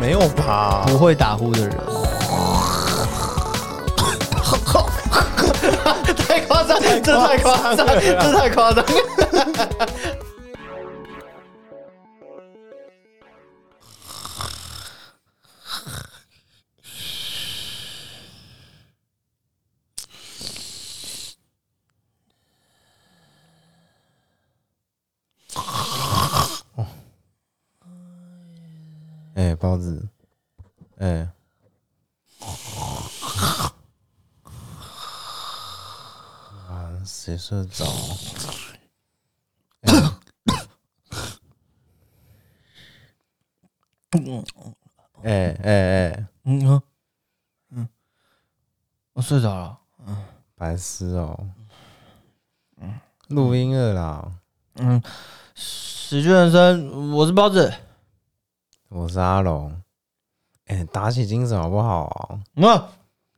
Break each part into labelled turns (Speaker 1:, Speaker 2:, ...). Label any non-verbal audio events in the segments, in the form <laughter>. Speaker 1: 没有吧？
Speaker 2: 不会打呼的人，太夸张，这太夸张，这太夸张。
Speaker 1: 哎、包子，哎、啊，谁睡着？哎哎哎哎，
Speaker 2: 嗯嗯，我睡着了。
Speaker 1: 白痴哦、录音了啦，
Speaker 2: 嗯，喜剧人生，我是包子。
Speaker 1: 我是阿龙。哎、打起精神好不好啊、
Speaker 2: 嗯，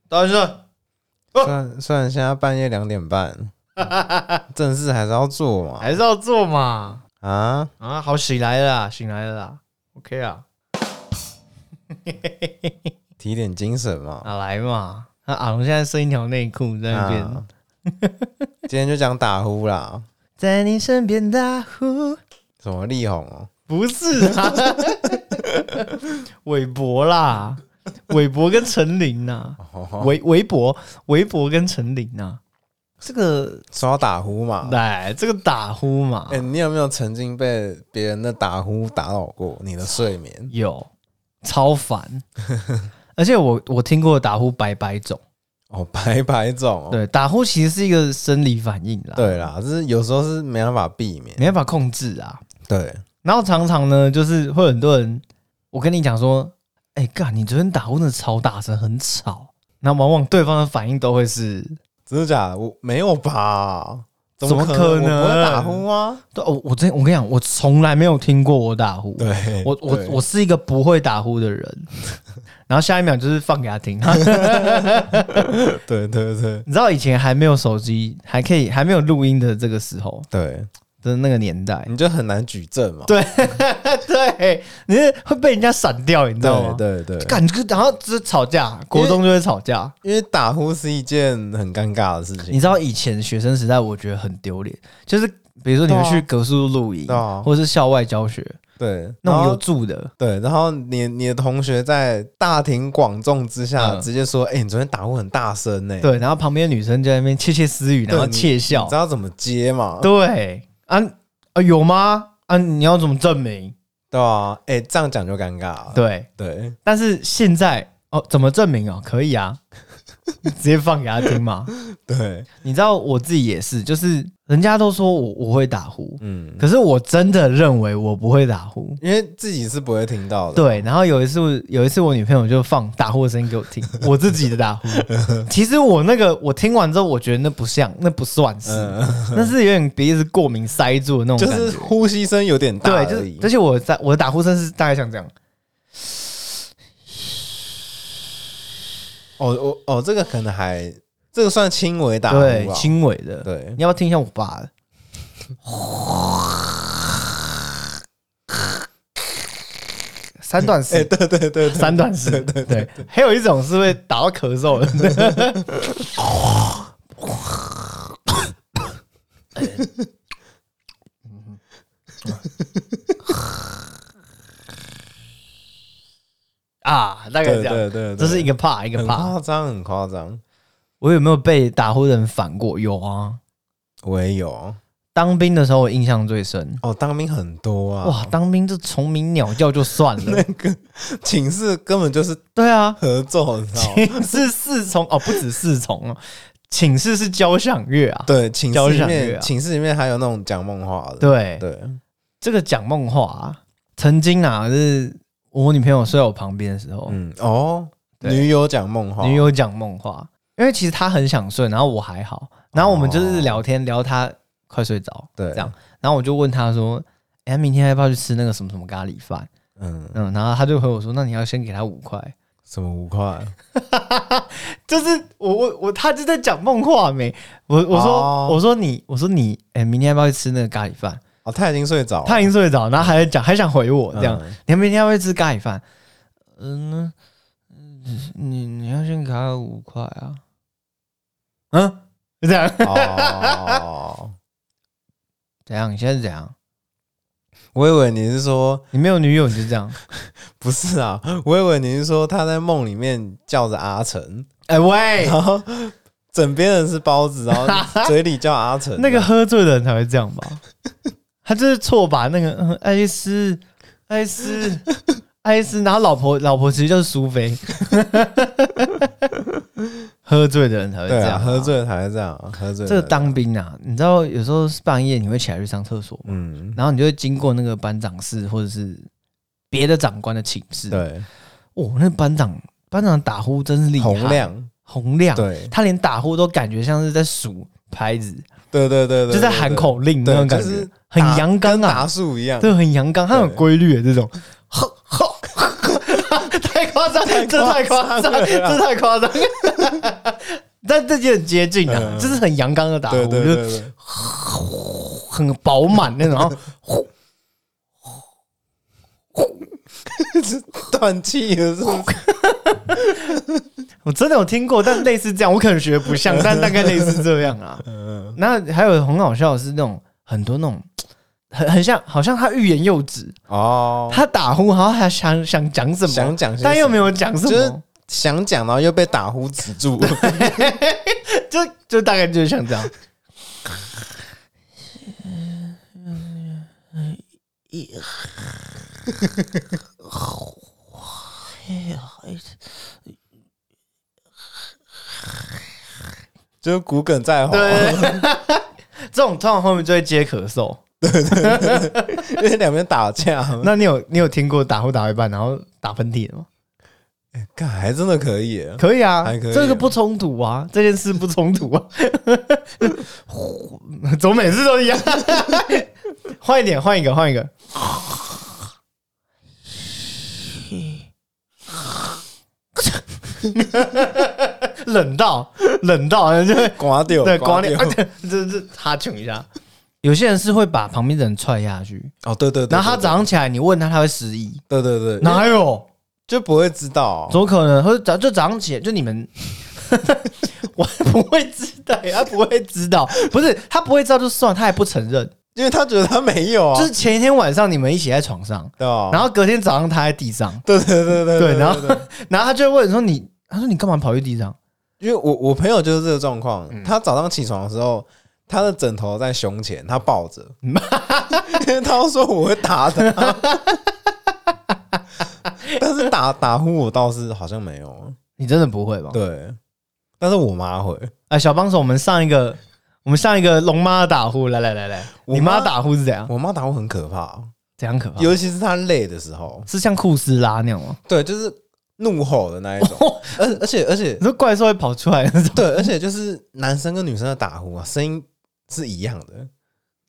Speaker 2: 大先生，
Speaker 1: 虽然虽然现在半夜两点半，正事还是要做嘛。
Speaker 2: 还是要做嘛。
Speaker 1: 啊，
Speaker 2: 啊，好，醒来了啦，醒来了啦。OK 啊，
Speaker 1: 提点精神嘛。
Speaker 2: 啊来嘛。那阿龙现在剩一条内裤在那边。
Speaker 1: 啊 <laughs> 今天就讲打呼啦，
Speaker 2: 在你身边打呼，
Speaker 1: 什么力宏哦，
Speaker 2: 不是 <laughs> 啊，韦伯啦，韦伯跟陈琳呐，
Speaker 1: 哦
Speaker 2: 韦韦伯，韦伯跟陈琳呐， <laughs> 这个
Speaker 1: 说到打呼嘛。
Speaker 2: 哎，这个打呼嘛
Speaker 1: 哎、，你有没有曾经被别人的打呼打扰过你的
Speaker 2: <laughs>
Speaker 1: 睡眠？
Speaker 2: 有超烦， <laughs> 而且我我听过打呼百百种，
Speaker 1: 哦，白白种、哦。
Speaker 2: 对，打呼其实是一个生理反应啦，，
Speaker 1: 对啦，就是有时候是没办法避免。
Speaker 2: 没办法控制啊，
Speaker 1: 对，
Speaker 2: 然后常常呢，就是会很多人，我跟你讲说，哎、干，你昨天打呼真的超大声，很吵。那往往对方的反应都会是，
Speaker 1: 真的假的？我没有吧？怎
Speaker 2: 怎么可能
Speaker 1: 我不会打呼啊。
Speaker 2: 对，哦我我真我跟你讲，我从来没有听过我打呼，
Speaker 1: 对，
Speaker 2: 我我
Speaker 1: 对
Speaker 2: 我是一个不会打呼的人。 <laughs> 然后下一秒就是放给他听， <laughs>
Speaker 1: 对对对
Speaker 2: 你知道以前还没有手机，还可以还没有录音的这个时候
Speaker 1: 对，
Speaker 2: 的那个年代，
Speaker 1: 你就很难举证嘛。
Speaker 2: 对对，你是会被人家闪掉，你知道吗？
Speaker 1: 对对对，
Speaker 2: 感觉然后就是吵架，国中就会吵架。
Speaker 1: 因为打呼是一件很尴尬的事情。
Speaker 2: 你知道以前学生时代，我觉得很丢脸，就是比如说你们
Speaker 1: 对啊
Speaker 2: 去格数露营，
Speaker 1: 对啊
Speaker 2: 或者是校外教学，
Speaker 1: 对，
Speaker 2: 那
Speaker 1: 然
Speaker 2: 种
Speaker 1: 后
Speaker 2: 有住的，
Speaker 1: 对，啊然后你你的同学在大庭广众之下
Speaker 2: 嗯
Speaker 1: 直接说：“哎、你昨天打呼很大声呢、欸。”，
Speaker 2: 对，然后旁边的女生就在那边窃窃私语，
Speaker 1: 对
Speaker 2: 然后窃
Speaker 1: 你
Speaker 2: 笑
Speaker 1: 知，道怎么接嘛？对
Speaker 2: 对啊啊有吗？啊，你要怎么证明？
Speaker 1: 啊，哎、这样讲就尴尬了。
Speaker 2: 对，
Speaker 1: 对
Speaker 2: 但是现在哦，怎么证明哦？可以啊， <laughs> 你直接放给他听嘛。
Speaker 1: 对，
Speaker 2: 你知道我自己也是，就是人家都说我我会打呼，
Speaker 1: 嗯，
Speaker 2: 可是我真的认为我不会打呼，
Speaker 1: 因为自己是不会听到的。
Speaker 2: 对，然后有一次，有一次我女朋友就放打呼的声音给我
Speaker 1: <laughs>
Speaker 2: 听，我自己的打呼。其实我那个我听完之后，我觉得那不像，那不算是，那是有点鼻子过敏塞住的那种
Speaker 1: 嗯就
Speaker 2: 感觉。
Speaker 1: 是呼吸声有点大而
Speaker 2: 对，
Speaker 1: 已。
Speaker 2: 就是而且我在我的打呼声是大概像这样，
Speaker 1: 哦哦哦，这个可能还这个算轻微打呼
Speaker 2: 对，
Speaker 1: 吧？
Speaker 2: 轻微的。
Speaker 1: 对
Speaker 2: 你要不要听一下我爸
Speaker 1: <laughs>
Speaker 2: 的？三段式，
Speaker 1: 哎
Speaker 2: 对对对 <laughs> 三段式，对对。还有一种是会打到咳嗽 <laughs> 的。哎啊，大概这
Speaker 1: 对
Speaker 2: 样，
Speaker 1: 对对，
Speaker 2: 这是一
Speaker 1: 个
Speaker 2: 个怕一个
Speaker 1: 很
Speaker 2: 怕。
Speaker 1: 夸张，很夸张。
Speaker 2: 我有没有被打呼的人反过？有啊，
Speaker 1: 我也有
Speaker 2: 当兵的时候我印象最深。
Speaker 1: 哦，当兵很多啊，
Speaker 2: 哇，当兵这虫鸣鸟叫就算了，
Speaker 1: <laughs> 寝室根本就是
Speaker 2: <laughs> 对啊，
Speaker 1: 合奏，你知道吗？
Speaker 2: <laughs> 寝室四重哦，不止四重哦，寝室是交响乐啊，
Speaker 1: 对，寝室
Speaker 2: 交
Speaker 1: 里
Speaker 2: 响乐
Speaker 1: 面，
Speaker 2: 啊
Speaker 1: 寝室里面还有那种讲梦话的。
Speaker 2: 对，哦
Speaker 1: 对
Speaker 2: 这个讲梦话啊，曾经啊，就是我女朋友睡在我旁边的时候，
Speaker 1: 嗯，哦，
Speaker 2: 对
Speaker 1: 女友讲梦话，
Speaker 2: 女友讲梦话，因为其实她很想睡，然后我还好，然后我们就是聊天、聊她快睡着，
Speaker 1: 对
Speaker 2: 这样，然后我就问她说，哎、明天要不要去吃那个什么什么咖喱饭？
Speaker 1: 嗯，
Speaker 2: 嗯，然后她就回我说，那你要先给她五块，
Speaker 1: 什么五块？
Speaker 2: 就是我我我他就在讲梦话没？我我说、
Speaker 1: 哦
Speaker 2: 我说你我说你哎、诶明天要不要去吃那个咖喱饭？
Speaker 1: 哦，他已经睡着了，
Speaker 2: 他已经睡着，然后还在讲，还想回我这样。
Speaker 1: 嗯
Speaker 2: 你们明天要不要吃咖喱饭？嗯，你你要先给他五块啊。嗯，就这样。
Speaker 1: 哦， <laughs>
Speaker 2: 怎样？你现在是怎样？
Speaker 1: 我以为你是说
Speaker 2: 你没有女友你就这样？
Speaker 1: 不是啊，我以为你是说他在梦里面叫着阿成，
Speaker 2: 哎、喂，
Speaker 1: 然后枕边人是包子，然后嘴里叫阿成，
Speaker 2: <laughs> 那个喝醉的人才会这样吧？他就是错把那个嗯爱丽丝，爱丽丝，爱丽丝，然后老婆，老婆其实就是苏菲。 <laughs> 喝醉的人才会这
Speaker 1: 对啊，
Speaker 2: 样吧、
Speaker 1: 喝醉才会这样，喝醉
Speaker 2: 这个
Speaker 1: 才
Speaker 2: 当兵啊，你知道有时候是半夜你会起来去上厕所，
Speaker 1: 嗯，
Speaker 2: 然后你就会经过那个班长室或者是别的长官的寝室。，
Speaker 1: 对，
Speaker 2: 哦，那班长班长打呼真是厉害，
Speaker 1: 洪亮，
Speaker 2: 洪亮，
Speaker 1: 对
Speaker 2: 他连打呼都感觉像是在数牌子，
Speaker 1: 对对对对，
Speaker 2: 就在喊口令那种
Speaker 1: 对，
Speaker 2: 感
Speaker 1: 就
Speaker 2: 觉，
Speaker 1: 是
Speaker 2: 很
Speaker 1: 打
Speaker 2: 阳刚
Speaker 1: 跟达
Speaker 2: 啊，
Speaker 1: 树一样，
Speaker 2: 对，很阳刚，他很有
Speaker 1: 对
Speaker 2: 规律的这
Speaker 1: <laughs>
Speaker 2: 种，吼吼。太夸张，这太夸张，这太夸张， <laughs> 但这就很接近啊，
Speaker 1: 啊嗯
Speaker 2: 这是很阳刚的打呼，
Speaker 1: 对对
Speaker 2: 就是
Speaker 1: 对对，
Speaker 2: 很饱满那种，
Speaker 1: <laughs>
Speaker 2: 然后
Speaker 1: <laughs> 断气了是不
Speaker 2: <laughs>
Speaker 1: 是？
Speaker 2: 我真的有听过，但类似这样，我可能学不
Speaker 1: <laughs>
Speaker 2: 像，但大概类似这样啊。
Speaker 1: 嗯，
Speaker 2: 那还有很好笑的是那种很多那种很很像，好像他欲言又止，
Speaker 1: 哦，
Speaker 2: 他打呼，然后他想想讲什么，
Speaker 1: 想讲些
Speaker 2: 但又
Speaker 1: 什么
Speaker 2: 没有讲什
Speaker 1: 就是
Speaker 2: 么，
Speaker 1: 想讲，然后又被打呼止
Speaker 2: <laughs>
Speaker 1: 住，
Speaker 2: 就就大概就是像这样。
Speaker 1: 就是骨梗在喉，
Speaker 2: 对，这种通常后面就会接咳嗽。
Speaker 1: 因为两边打架嘛。
Speaker 2: 那你有你有听过打呼打到一半然后打喷嚏的吗？
Speaker 1: 干还真的可以耶，
Speaker 2: 可以啊，
Speaker 1: 还可以啊
Speaker 2: 这个不冲突啊，这件事不冲突啊， <laughs> 怎么每次都一样？ <laughs> 换一点，换一个，换一个。 <laughs> 冷到冷到，就会
Speaker 1: 刮掉，
Speaker 2: 对光
Speaker 1: 掉
Speaker 2: 脸，啊，对 <laughs> 这这哈穷一下。有些人是会把旁边的人踹下去，
Speaker 1: 哦，对对对，
Speaker 2: 然后他
Speaker 1: 对
Speaker 2: 早，上起来，你问他，他会失忆，
Speaker 1: 对对对，因为
Speaker 2: 哪有？
Speaker 1: 就不会知道
Speaker 2: 怎么可能？或者早就早上起来，就你们， <laughs> 我不会知道，他不会知道，不是他不会知道就算，他还不承认。
Speaker 1: 因为他觉得他没有啊，
Speaker 2: 就是前一天晚上你们一起在床上，
Speaker 1: 对吧？
Speaker 2: 然
Speaker 1: 后
Speaker 2: 后隔天早上他在地上，
Speaker 1: 对对对哦对
Speaker 2: 对，然后
Speaker 1: 对对
Speaker 2: 然后他就会问说你，他说你干嘛跑去地上？
Speaker 1: 因为我我朋友就是这个状况，他早上起床的时候。他的枕头在胸前，他抱着，因为他说我会打他，但是打打呼我倒是好像没有，
Speaker 2: 你真的不会吧？
Speaker 1: 对，但是我妈会，
Speaker 2: 啊，小帮手，我们上一个，我们上一个龙妈的打呼，来来来来，
Speaker 1: 我
Speaker 2: 你妈
Speaker 1: 妈
Speaker 2: 打呼是怎样？
Speaker 1: 我妈打呼很可怕，
Speaker 2: 怎样可怕？
Speaker 1: 尤其是她累的时候，
Speaker 2: 是像库斯拉那样吗？
Speaker 1: 对，就是怒吼的那一种，而而且而且
Speaker 2: 你说怪兽会跑出来那种？
Speaker 1: 对，而且就是男生跟女生的打呼啊，声音是一样的，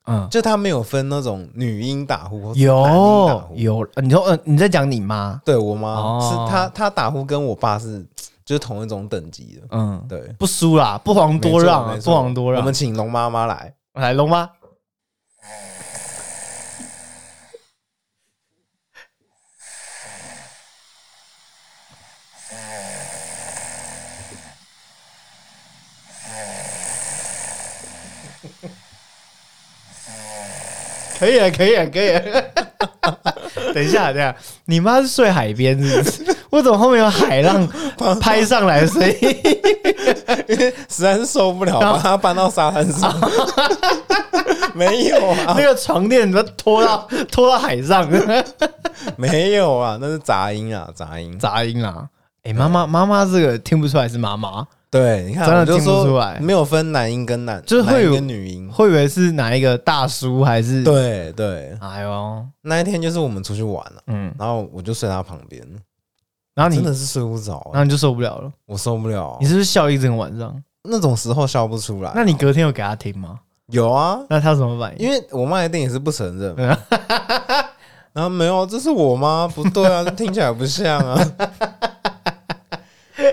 Speaker 2: 嗯，
Speaker 1: 就他没有分那种女音打呼或是男音打
Speaker 2: 有
Speaker 1: 呼。
Speaker 2: 有，呃你说呃，你在讲你妈？
Speaker 1: 对我妈、
Speaker 2: 哦
Speaker 1: 是她，她打呼跟我爸是就是同一种等级的，
Speaker 2: 嗯，
Speaker 1: 对，
Speaker 2: 不输啦，不遑多让啊
Speaker 1: 没，
Speaker 2: 不
Speaker 1: 错
Speaker 2: 遑多让。
Speaker 1: 我们请龙妈妈来，
Speaker 2: 来龙
Speaker 1: <laughs>
Speaker 2: 妈，可以了，可以了，可以了。等一下，等一下，你妈是睡海边是不是？ <laughs> 我怎么后面有海
Speaker 1: <laughs>
Speaker 2: 浪拍上来的声音？
Speaker 1: 实在是受不了，把她搬到沙滩
Speaker 2: <laughs>
Speaker 1: 上。没有啊
Speaker 2: 那，个床垫怎么拖到拖到海上？
Speaker 1: 没有啊，那是杂音啊，杂音。
Speaker 2: <laughs> 杂音啦。哎、妈妈妈妈这个听不出来是妈妈，
Speaker 1: 对，你看，
Speaker 2: 真的
Speaker 1: 我就
Speaker 2: 听不
Speaker 1: 说
Speaker 2: 出来
Speaker 1: 没有分男音跟男，
Speaker 2: 就是会有
Speaker 1: 男音跟女音。
Speaker 2: 会以为是哪一个大叔还是？，
Speaker 1: 对对，
Speaker 2: 哎呦，
Speaker 1: 那一天就是我们出去玩了、
Speaker 2: 嗯，
Speaker 1: 然后我就睡他旁边，
Speaker 2: 然后你
Speaker 1: 真，的是睡不着、欸
Speaker 2: 然后你就受不了了，
Speaker 1: 我受不了啊
Speaker 2: 你。是不是笑一整个晚上？
Speaker 1: 那种时候笑不出来。
Speaker 2: 那你隔天有给他听吗？
Speaker 1: 有啊？
Speaker 2: 那他怎么反应？
Speaker 1: 因为我妈一定也是不
Speaker 2: <laughs>
Speaker 1: 承认嘛。然后没有，啊这是我妈，不对啊，这听起来不像啊。 <laughs>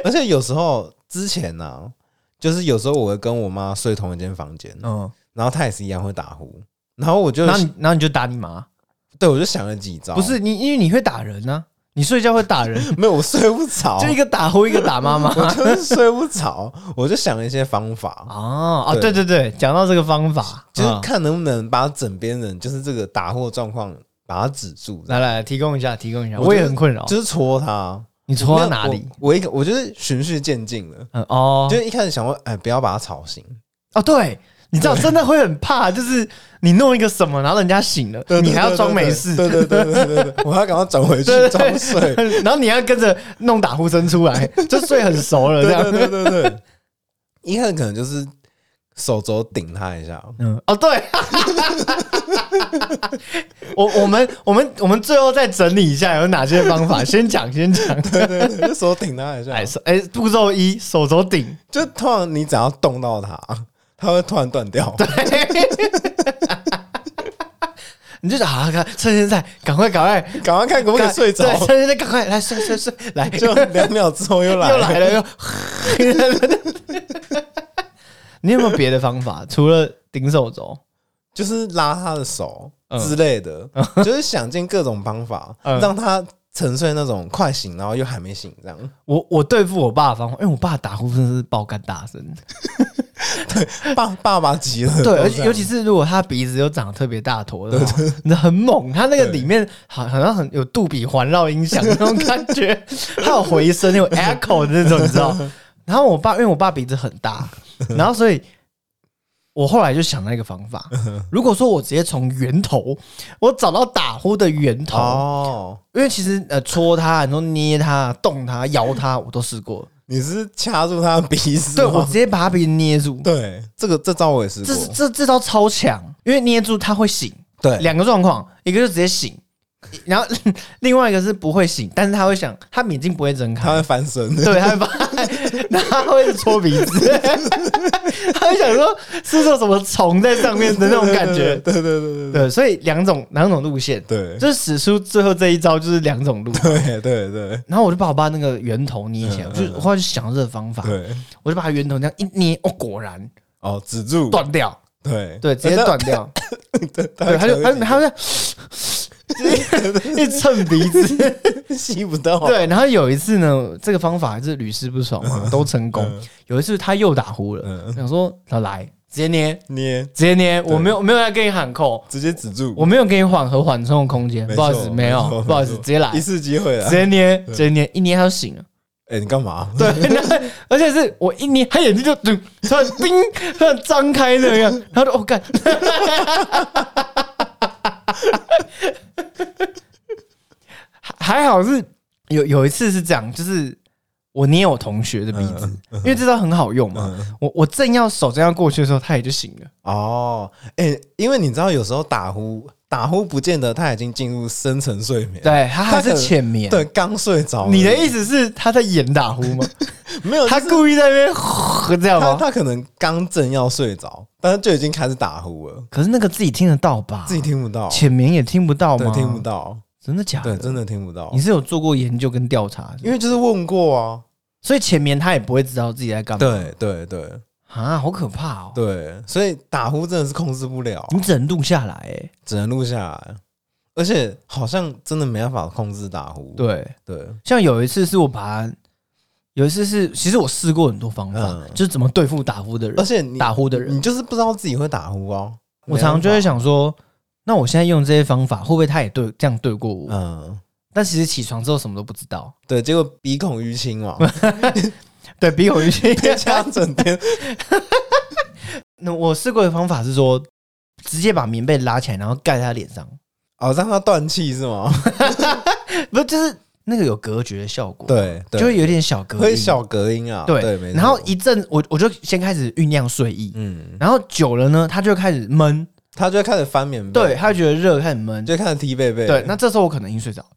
Speaker 1: 而且有时候之前呢、啊，就是有时候我会跟我妈睡同一间房间，
Speaker 2: 嗯，
Speaker 1: 然后她也是一样会打呼，哦然后我就
Speaker 2: 然后你然后你就打你妈，
Speaker 1: 对我就想了几招，
Speaker 2: 不是你，因为你会打人呢、啊，你睡觉会打人，
Speaker 1: 没有我睡不着，
Speaker 2: 就一个打呼，一个打妈
Speaker 1: <laughs>
Speaker 2: 妈。
Speaker 1: 我就是睡不着，我就想了一些方法，
Speaker 2: 哦哦，对对对，讲到这个方法，
Speaker 1: 就是
Speaker 2: 嗯
Speaker 1: 看能不能把枕边人就是这个打货状况把它止住，
Speaker 2: 来来提供一下，提供一下，
Speaker 1: 我
Speaker 2: 我也
Speaker 1: 就是
Speaker 2: 很困扰。
Speaker 1: 就是戳他，
Speaker 2: 你戳到哪里
Speaker 1: 没有？？我我一个我就是循序渐进的，
Speaker 2: 嗯哦，
Speaker 1: 就是一开始想说，哎，不要把他吵醒，
Speaker 2: 哦，对，你知道真的会很怕，就是你弄一个什么，然后人家醒了，
Speaker 1: 对对
Speaker 2: 你还要装没事，
Speaker 1: 对对对对对对， <laughs> 对我要赶快转回去
Speaker 2: 对对
Speaker 1: 装睡，
Speaker 2: <laughs> 然后你还要跟着弄打呼声出来， <laughs> 就睡很熟了这
Speaker 1: 对
Speaker 2: 样。
Speaker 1: 对对对对对，一开始可能就是手肘顶他一下， <laughs>
Speaker 2: 嗯，哦，对， <laughs> 我我们我们我们最后再整理一下有哪些方法，先讲先讲。
Speaker 1: 对对对，就手顶他一下
Speaker 2: 哎，，手哎，步骤一，手肘顶。 <laughs>
Speaker 1: 就通常你只要动到它，它会突然断掉。
Speaker 2: 你就想啊，赶趁现在赶快赶快，
Speaker 1: <laughs> 赶快看可不可以睡着
Speaker 2: 对，趁现在赶快来睡睡睡，来
Speaker 1: 就两秒之后 <laughs> 又来
Speaker 2: 又
Speaker 1: 了。
Speaker 2: 来了又。 <laughs> 你有没有别的方法？除了顶手肘，
Speaker 1: 就是拉他的手
Speaker 2: 嗯
Speaker 1: 之类
Speaker 2: <laughs>
Speaker 1: 的，就是想尽各种方法、
Speaker 2: 嗯
Speaker 1: 让他沉睡那种快醒，然后又还没醒这样。
Speaker 2: 我我对付我爸的方法，因为我爸打呼真的是爆肝大声，
Speaker 1: 爸爸爸急 <laughs> 了，
Speaker 2: 对，
Speaker 1: 都
Speaker 2: 而
Speaker 1: 这
Speaker 2: 且
Speaker 1: 样
Speaker 2: 尤其是如果他鼻子又长得特别大坨的话， <laughs> 那很猛，他那个里面好好像很有杜比环绕音响那种感
Speaker 1: <laughs>
Speaker 2: 觉，还有回声，有 echo 的那种，你知道？然后我爸，因为我爸鼻子很
Speaker 1: <laughs>
Speaker 2: 大，然后所以。我后来就想了一个方
Speaker 1: <laughs>
Speaker 2: 法，如果说我直接从源头，我找到打呼的源头，
Speaker 1: 哦，
Speaker 2: 因为其实呃戳它，你说捏它、动它、摇它，我都试
Speaker 1: <laughs>
Speaker 2: 过。
Speaker 1: 你是掐住他的鼻子
Speaker 2: 对
Speaker 1: 吗？
Speaker 2: 我直接把它鼻子捏住，
Speaker 1: 对这个这招我也试
Speaker 2: 这是
Speaker 1: 过，
Speaker 2: 这这招超强，因为捏住它会醒。
Speaker 1: 对
Speaker 2: 两个状况，一个就直接醒，然后 <laughs> 另外一个是不会醒，但是他会想，他眼睛不会睁
Speaker 1: 他
Speaker 2: 开，
Speaker 1: 会翻身。
Speaker 2: 对，他会
Speaker 1: <laughs>
Speaker 2: 把，然后他会搓鼻子，他会想说是不是有什么虫在上面的那种感觉。
Speaker 1: 对对对对对
Speaker 2: 对，所以两种两种路线，
Speaker 1: 对
Speaker 2: 就是史书最后这一招就是两种路。
Speaker 1: 对对对
Speaker 2: 然后我就把我爸那个源头捏起来，
Speaker 1: 嗯
Speaker 2: 我就我后来就想到这个方法，
Speaker 1: 对，
Speaker 2: 我就把他源头这样一捏，哦，果然
Speaker 1: 哦，止住，
Speaker 2: 断掉，
Speaker 1: 对哎
Speaker 2: 对，直接断，掉，
Speaker 1: <laughs> 对，
Speaker 2: 对，他就他就他就 <laughs> 一直蹭鼻
Speaker 1: <laughs>
Speaker 2: 子，
Speaker 1: 就吸不到，
Speaker 2: 对，然后有一次呢，这个方法是屡试不爽嘛，都成功。有一次他又打呼了，
Speaker 1: 嗯
Speaker 2: 想说他来直接捏，
Speaker 1: 捏，
Speaker 2: 直接捏，我没有没有要跟你喊扣，
Speaker 1: 直接止住，
Speaker 2: 我没有给你缓和缓冲的空间，
Speaker 1: 没
Speaker 2: 不好意思，
Speaker 1: 错
Speaker 2: 没有
Speaker 1: 没，错
Speaker 2: 不好意思，
Speaker 1: 没
Speaker 2: 直
Speaker 1: 错
Speaker 2: 接来
Speaker 1: 一，次机会了
Speaker 2: 直。接捏，直接捏，一捏他就醒了。
Speaker 1: 哎、你干嘛？
Speaker 2: 对，那而且是我一捏，他眼睛就嘟突然 <laughs> 冰，突然张开那样，然后就哦干， <laughs> 还还好是有有一次是这样，就是我捏我同学的鼻子，
Speaker 1: 嗯
Speaker 2: 因为这招很好用嘛。我我正要手正要过去的时候，他也就醒了。
Speaker 1: 哦，哎、因为你知道，有时候打呼，打呼不见得他已经进入深层睡眠，
Speaker 2: 对他还
Speaker 1: 他
Speaker 2: 是
Speaker 1: 可能
Speaker 2: 浅眠。
Speaker 1: 对，刚睡着而已。
Speaker 2: 你的意思是他在演打呼
Speaker 1: <laughs>
Speaker 2: 吗？
Speaker 1: 没有
Speaker 2: 他
Speaker 1: 就是
Speaker 2: 故意在那边呼这样
Speaker 1: 他
Speaker 2: 吗？
Speaker 1: 他可能刚正要睡着，但是就已经开始打呼了，
Speaker 2: 可是那个自己听得到吧？
Speaker 1: 自己听不到，
Speaker 2: 浅眠也听不到
Speaker 1: 对
Speaker 2: 吗？，
Speaker 1: 听不，到，
Speaker 2: 真的假的？
Speaker 1: 对，真的听不到
Speaker 2: 你，是有做过研究跟调查是不是，
Speaker 1: 因为就是问过啊，
Speaker 2: 所以前面他也不会知道自己在干嘛
Speaker 1: 对对对
Speaker 2: 啊，好可怕哦！
Speaker 1: 对，所以打呼真的是控制不了，
Speaker 2: 你只能录下来、欸，
Speaker 1: 只能录下来，而且好像真的没办法控制打呼，
Speaker 2: 对，
Speaker 1: 对，
Speaker 2: 像有一次是我把他，有一次是其实我试过很多方法，
Speaker 1: 嗯
Speaker 2: 就是怎么对付打呼的
Speaker 1: 而
Speaker 2: 人，
Speaker 1: 且你
Speaker 2: 打呼的人，
Speaker 1: 你就是不知道自己会打呼哦，
Speaker 2: 我常常就
Speaker 1: 没
Speaker 2: 会
Speaker 1: 办法，
Speaker 2: 想说，那我现在用这些方法会不会他也对这样对过我？
Speaker 1: 嗯。
Speaker 2: 但其实起床之后什么都不知道，
Speaker 1: 对，结果鼻孔淤
Speaker 2: <laughs>
Speaker 1: 青嘛，
Speaker 2: 对比我一
Speaker 1: <laughs>
Speaker 2: 些
Speaker 1: 被家
Speaker 2: <laughs>
Speaker 1: 整天
Speaker 2: 那我试过的方法是说，直接把棉被拉起来，然后盖在他脸上，
Speaker 1: 哦，让他断气
Speaker 2: <laughs>
Speaker 1: 是吗？
Speaker 2: 不就是那个有隔绝的效果，，
Speaker 1: 对，对
Speaker 2: 就会有点小隔
Speaker 1: 会
Speaker 2: 音
Speaker 1: 小隔音啊，
Speaker 2: 对，
Speaker 1: 对，没错
Speaker 2: 然后一阵，我我就先开始酝酿睡意，
Speaker 1: 嗯，
Speaker 2: 然后久了呢，他就开始闷，
Speaker 1: 他就会开始翻棉被，
Speaker 2: 对，，他就觉得热，开始闷，
Speaker 1: 就会开始踢被被，
Speaker 2: 对。那这时候我可能已经睡着了，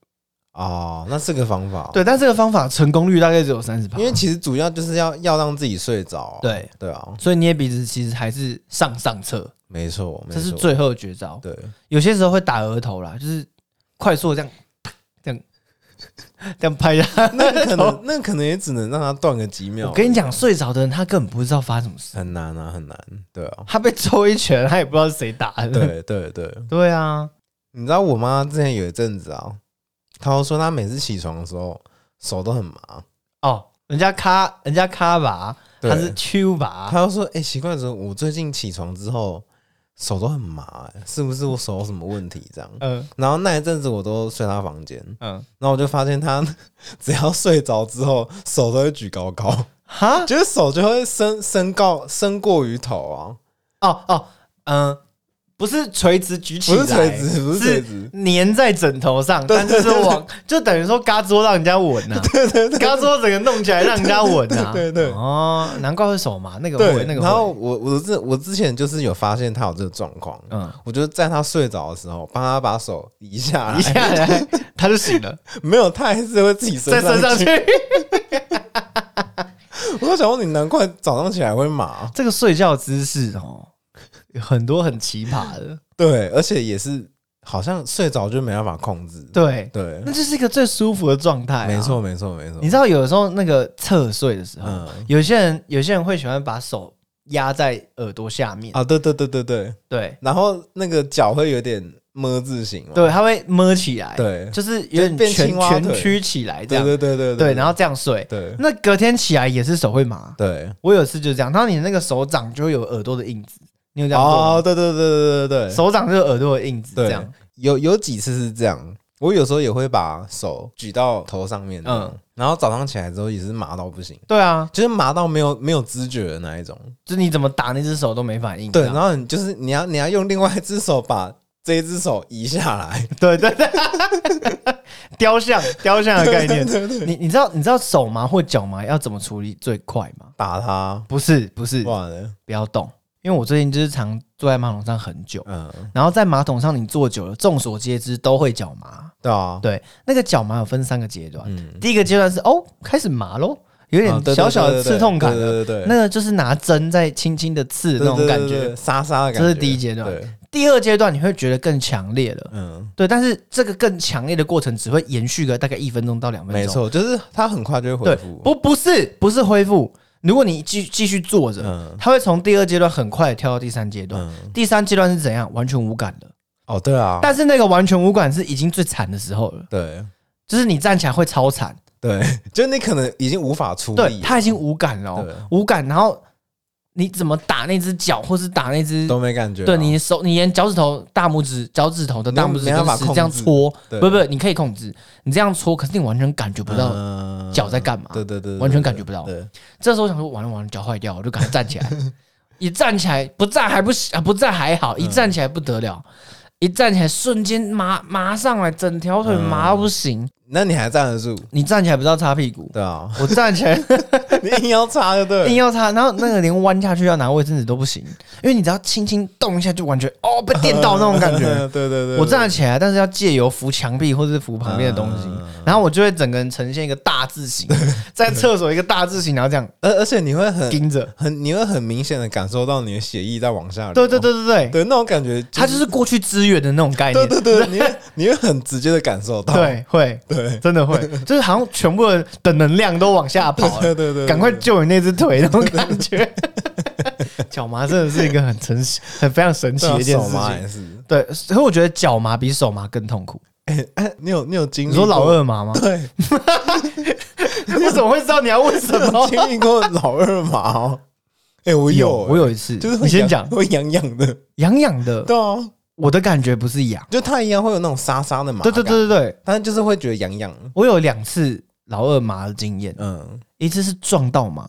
Speaker 1: 哦，那是个方法，，
Speaker 2: 对。但这个方法成功率大概只有三十趴，
Speaker 1: 因为其实主要就是要要让自己睡着，
Speaker 2: 对，
Speaker 1: 对啊，
Speaker 2: 所以捏鼻子其实还是上上策，
Speaker 1: 没错，没
Speaker 2: 这是
Speaker 1: 错，
Speaker 2: 最 <laughs> 后的绝招。
Speaker 1: 对，
Speaker 2: 有些时候会打额头啦，就是快速地这样，这样这样拍他。
Speaker 1: 那个可能那个可能也只能让他断个几秒。
Speaker 2: 我跟你讲，睡着的人他根本不知道发生什么事，
Speaker 1: 很难啊，很难。对
Speaker 2: <laughs>
Speaker 1: 啊，
Speaker 2: 他被抽一拳，他也不知道是谁打的。
Speaker 1: 对对对，
Speaker 2: 对啊，
Speaker 1: 你知道我妈之前有一阵子啊，她说她每次起床的时候手都很麻，
Speaker 2: 哦，人家卡，人家卡吧，
Speaker 1: 对
Speaker 2: 他是 Q 吧，
Speaker 1: 她就说：“哎、奇怪，怎么我最近起床之后手都很麻、欸是不是我手有什么问题？”这样。
Speaker 2: 嗯
Speaker 1: 然后那一阵子我都睡她房间，
Speaker 2: 嗯，
Speaker 1: 然后我就发现她 <laughs> 只要睡着之后手都会举高高， <laughs>
Speaker 2: 哈，
Speaker 1: 就是手就会伸伸高伸过于头啊，
Speaker 2: 哦哦，嗯，不是垂直举起
Speaker 1: 不
Speaker 2: 来，
Speaker 1: 是垂直，不是垂直，
Speaker 2: 粘在枕头上，
Speaker 1: 对
Speaker 2: 但就是往，就等于说嘎桌让人家吻呐、啊，对对对，嘎桌整个弄起来让人家吻呐、啊，
Speaker 1: 对对对
Speaker 2: 哦，难怪会手麻，那个
Speaker 1: 对
Speaker 2: 会，那个
Speaker 1: 然后
Speaker 2: 会，
Speaker 1: 我我之我之前就是有发现他有这个状况，
Speaker 2: 嗯，
Speaker 1: 我就在他睡着的时候帮他把手移下来，
Speaker 2: 一下来他就醒了，
Speaker 1: 没有，他还是会自己 <laughs> 升
Speaker 2: 再升上
Speaker 1: 去。
Speaker 2: 去， <laughs>
Speaker 1: 我就想说你难怪早上起来会麻，
Speaker 2: 这个睡觉姿势哦，有很多很奇葩的，
Speaker 1: 对，而且也是好像睡着就没办法控制，
Speaker 2: 对，
Speaker 1: 对，
Speaker 2: 那就是一个最舒服的状态、啊
Speaker 1: 没。错没错没错
Speaker 2: 你，知道有时候那个侧睡的时候，
Speaker 1: 嗯
Speaker 2: 有些人有些人会喜欢把手压在耳朵下面，
Speaker 1: 啊，对对对对对，
Speaker 2: 对
Speaker 1: 然后那个脚会有点么字形嘛，
Speaker 2: 对，他会摸起来，
Speaker 1: 对
Speaker 2: 就是有点
Speaker 1: 就变
Speaker 2: 蜷
Speaker 1: 青蛙
Speaker 2: 蜷
Speaker 1: 腿
Speaker 2: 曲起来这
Speaker 1: 对
Speaker 2: 样，
Speaker 1: 对对对
Speaker 2: 对，然后这样睡，
Speaker 1: 对
Speaker 2: 那隔天起来也是手会麻。
Speaker 1: 对。
Speaker 2: 我有一次就这样，然后你那个手掌就会有耳朵的印子，你有这样做吗
Speaker 1: 哦，对对对对对对，
Speaker 2: 手掌就有耳朵的印子
Speaker 1: 对，
Speaker 2: 这样，
Speaker 1: 有有几次是这样，我有时候也会把手举到头上面，
Speaker 2: 嗯
Speaker 1: 嗯，然后早上起来之后也是麻到不行，
Speaker 2: 对啊，
Speaker 1: 就是麻到没有没有知觉的那一种。
Speaker 2: 就是你怎么打那只手都没反嗯应这
Speaker 1: 对，
Speaker 2: 样，
Speaker 1: 然后你就是你要你要用另外一只手把这一只手移下来， <laughs>
Speaker 2: 对对对， <laughs> 雕像雕像的概念，
Speaker 1: 对对对
Speaker 2: 你你知道你知道手麻或脚麻要怎么处理最快吗？
Speaker 1: 打他，
Speaker 2: 不是不是，
Speaker 1: 哇了，
Speaker 2: 不要动，因为我最近就是常坐在马桶上很久，
Speaker 1: 嗯，
Speaker 2: 然后在马桶上你坐久了，众所皆知都会脚麻。
Speaker 1: 对啊，
Speaker 2: 对，那个脚麻有分三个阶段，
Speaker 1: 嗯，
Speaker 2: 第一个阶段是哦开始麻咯，有
Speaker 1: 啊
Speaker 2: 点
Speaker 1: 对对
Speaker 2: 小小的
Speaker 1: 对对
Speaker 2: 刺痛感了，
Speaker 1: 对对对对，
Speaker 2: 那个就是拿针在轻轻的刺的那种
Speaker 1: 对对
Speaker 2: 感
Speaker 1: 对对
Speaker 2: 觉
Speaker 1: 对。沙沙的感
Speaker 2: 这
Speaker 1: 觉，
Speaker 2: 是第一阶段
Speaker 1: 对，
Speaker 2: 第二阶段你会觉得更强烈了，
Speaker 1: 嗯，
Speaker 2: 对，但是这个更强烈的过程只会延续个大概一分钟到两分钟，
Speaker 1: 没，错，就是他很快就会
Speaker 2: 对
Speaker 1: 恢，复，
Speaker 2: 不不是不是恢复，如果你继继续坐着，
Speaker 1: 嗯
Speaker 2: 它会从第二阶段很快地跳到第三阶段。
Speaker 1: 嗯，
Speaker 2: 第三阶段是怎样？完全无感的，
Speaker 1: 哦，对啊，
Speaker 2: 但是那个完全无感是已经最惨的时候了，
Speaker 1: 对
Speaker 2: 就是你站起来会超惨，
Speaker 1: 对， <laughs> 就是你可能已经无法处
Speaker 2: 对，
Speaker 1: 理，
Speaker 2: 他已经无感了、哦
Speaker 1: 对，
Speaker 2: 无感，然后你怎么打那只脚，或是打那只，
Speaker 1: 都没感觉啊，
Speaker 2: 对你手，你连脚趾头、大拇指、脚趾头的大拇指
Speaker 1: 没没
Speaker 2: 跟
Speaker 1: 办法
Speaker 2: 食指这样
Speaker 1: 控制
Speaker 2: 搓，
Speaker 1: 对
Speaker 2: 不不，你可以控制，你这样搓，可是你完全感觉不到
Speaker 1: 嗯
Speaker 2: 脚在干嘛。
Speaker 1: 对对对对，
Speaker 2: 完全
Speaker 1: 对
Speaker 2: 感觉不到
Speaker 1: 对，
Speaker 2: 这时候我想说，完了完了，脚坏掉了，我就赶快站 <laughs> 起来。一站起来，不站还不行啊，不站还好，一站起来不得了，一站起来瞬间麻麻上来，整条腿麻到不行。
Speaker 1: 那你还站得住？
Speaker 2: 你站起来不知道擦屁股，<laughs>
Speaker 1: 对啊，
Speaker 2: 我站起来
Speaker 1: 你硬要插就对
Speaker 2: 硬
Speaker 1: 了，
Speaker 2: 要擦，然后那个连弯下去要拿卫生纸都不行，因为你只要轻轻动一下就完全哦被电到那种感觉。 <laughs>
Speaker 1: 对对对对，
Speaker 2: 我站起来，但是要借由扶墙壁或者是扶旁边的东西，然后我就会整个人呈现一个大字 <laughs> 形，在厕所一个大字形，然后这样
Speaker 1: 而而且你会很
Speaker 2: 盯 <laughs> 着。
Speaker 1: 很，你会很明显的感受到你的血液在往下流，
Speaker 2: 对对对对对，
Speaker 1: 对，那种感觉，
Speaker 2: 它就是过去支援的那种概
Speaker 1: 对
Speaker 2: 念。<laughs>
Speaker 1: 对对，你会你会很直接的感受到，
Speaker 2: 对，会，
Speaker 1: 对
Speaker 2: 真的
Speaker 1: <laughs>
Speaker 2: 会，就是好像全部的能量都往下跑了
Speaker 1: 对对，对对，
Speaker 2: 赶快救你那只腿那种感觉。 <laughs> 脚麻真的是一个很神奇、很非常神奇
Speaker 1: 对
Speaker 2: 的
Speaker 1: 啊
Speaker 2: 一件事
Speaker 1: 手麻
Speaker 2: 情。
Speaker 1: 也是，
Speaker 2: 对，所以我觉得脚麻比手麻更痛苦。
Speaker 1: 哎，你有你有经历
Speaker 2: 你说老
Speaker 1: 过
Speaker 2: 二
Speaker 1: <laughs>
Speaker 2: 麻吗？ <laughs>
Speaker 1: 对，
Speaker 2: 我怎么会知道你要问什
Speaker 1: 你有
Speaker 2: 么？
Speaker 1: 经历过老二麻
Speaker 2: <laughs>
Speaker 1: 哦？哎， <laughs> 我有，
Speaker 2: 我，有一次，
Speaker 1: 就是
Speaker 2: 你
Speaker 1: 会
Speaker 2: 先
Speaker 1: 痒
Speaker 2: 讲
Speaker 1: 会痒痒的，
Speaker 2: 痒痒的，
Speaker 1: 对啊，
Speaker 2: 我的感觉不是痒。
Speaker 1: 就它一样会有那种沙沙的麻，
Speaker 2: 对对，对对对，
Speaker 1: 但是就是会觉得痒痒，
Speaker 2: 我有两次老二麻的经验，
Speaker 1: 嗯，
Speaker 2: 一次是撞到麻，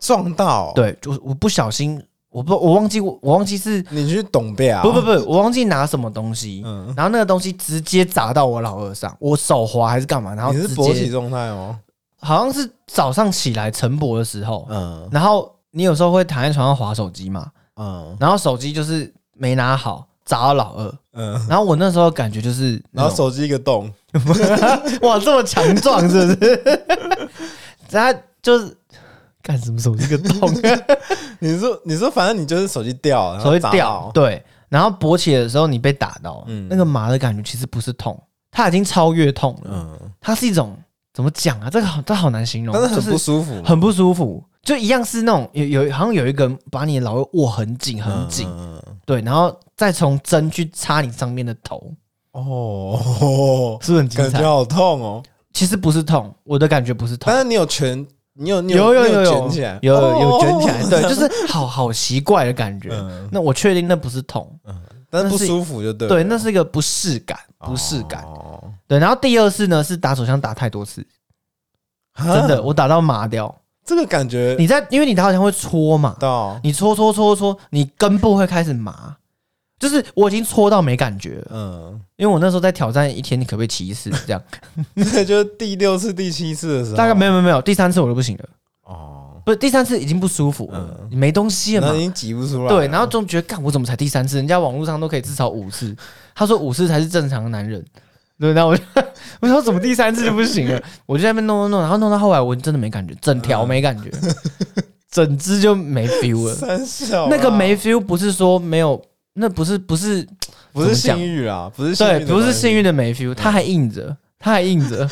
Speaker 1: 撞到，，
Speaker 2: 对，就我不小心，我不我忘记我我忘记是
Speaker 1: 你去懂呗啊，
Speaker 2: 不不不，我忘记拿什么东西，
Speaker 1: 嗯
Speaker 2: 然后那个东西直接砸到我老二上，我手滑还是干嘛，然后
Speaker 1: 你
Speaker 2: 直
Speaker 1: 是勃起
Speaker 2: 接
Speaker 1: 状态哦，
Speaker 2: 好像是早上起来晨勃的时候，
Speaker 1: 嗯
Speaker 2: 然后你有时候会躺在床上划手机嘛，
Speaker 1: 嗯
Speaker 2: 然后手机就是没拿好。砸到老二，
Speaker 1: 嗯，
Speaker 2: 然后我那时候感觉就是那
Speaker 1: 然后
Speaker 2: 种，
Speaker 1: 手机一个洞，
Speaker 2: 哇，这么强壮是不是？ <laughs> 然后就是干什么手机个痛，
Speaker 1: 你说你说，反正你就是手机掉，然后
Speaker 2: 手会
Speaker 1: 呃砸
Speaker 2: 掉
Speaker 1: 到，，
Speaker 2: 对。然后勃起的时候你被打到，
Speaker 1: 嗯
Speaker 2: 那个麻的感觉其实不是痛，它已经超越痛了，
Speaker 1: 嗯，
Speaker 2: 它是一种怎么讲啊？这个好，这好难形容，
Speaker 1: 但是很
Speaker 2: 就
Speaker 1: 不舒服，
Speaker 2: 很不舒服，就一样是那种有有好像有一个人把你的老二握很紧很紧，
Speaker 1: 嗯
Speaker 2: 对，然后再从针去插你上面的头，
Speaker 1: 哦，
Speaker 2: 是不是很 <laughs> 精
Speaker 1: 感觉
Speaker 2: 彩？
Speaker 1: 好痛哦。
Speaker 2: 其实不是痛，我的感觉不是痛
Speaker 1: 但，是你有卷，你有你
Speaker 2: 有
Speaker 1: 有
Speaker 2: 有
Speaker 1: 你
Speaker 2: 有
Speaker 1: 卷起来，
Speaker 2: 有有有
Speaker 1: 哦
Speaker 2: 卷起来，
Speaker 1: <laughs>
Speaker 2: 对，就是好好奇怪的感觉。
Speaker 1: 嗯，
Speaker 2: 那我确定那不是痛，
Speaker 1: 但是不舒服就对了，
Speaker 2: 对，那是一个不适感，不适感。
Speaker 1: 哦，
Speaker 2: 对，然后第二次呢是打手枪打太多次，真
Speaker 1: 啊
Speaker 2: 的我打到麻掉。
Speaker 1: 这个感觉
Speaker 2: 你在因为你打手枪会搓嘛，
Speaker 1: 到，
Speaker 2: 你搓搓搓搓，你根部会开始麻，就是我已经搓到没感觉了，
Speaker 1: 嗯， <laughs>
Speaker 2: 因为我那时候在挑战一天，你可不可以骑一次这样？
Speaker 1: 这就是第六次、第七次的时候，
Speaker 2: 大概没有没有没有，第三次我就不行了，
Speaker 1: 哦，
Speaker 2: 不是第三次已经不舒服了，你没东西了
Speaker 1: 嗯那已
Speaker 2: 嘛。
Speaker 1: 经挤不出来，
Speaker 2: 对，然后总觉得干我怎么才第三次？人家网络上都可以至少五次，他说五次才是正常的男人。对，然后我就我说怎么第三次就不行了？我就在那边弄弄弄，然后弄到后来我真的没感觉，整条没感觉，整只就没 feel 了。
Speaker 1: 三小啊
Speaker 2: 那个没 feel 不是说没有，那不是不是
Speaker 1: 不是
Speaker 2: 怎么讲
Speaker 1: 性欲啊，不是性欲
Speaker 2: 对，
Speaker 1: 的
Speaker 2: 不是
Speaker 1: 关系
Speaker 2: 幸运的没 feel，它还硬着，它还硬着。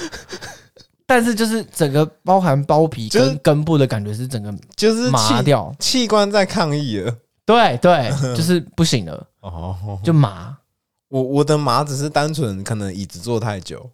Speaker 2: 但是就是整个包含包皮
Speaker 1: 就是
Speaker 2: 跟根部的感觉是整个
Speaker 1: 就是
Speaker 2: 麻
Speaker 1: 器
Speaker 2: 掉，
Speaker 1: 器官在抗议了。
Speaker 2: 对对，就是不行了，
Speaker 1: 哦，
Speaker 2: 就麻。
Speaker 1: 我我的麻只是单纯可能椅子坐太久，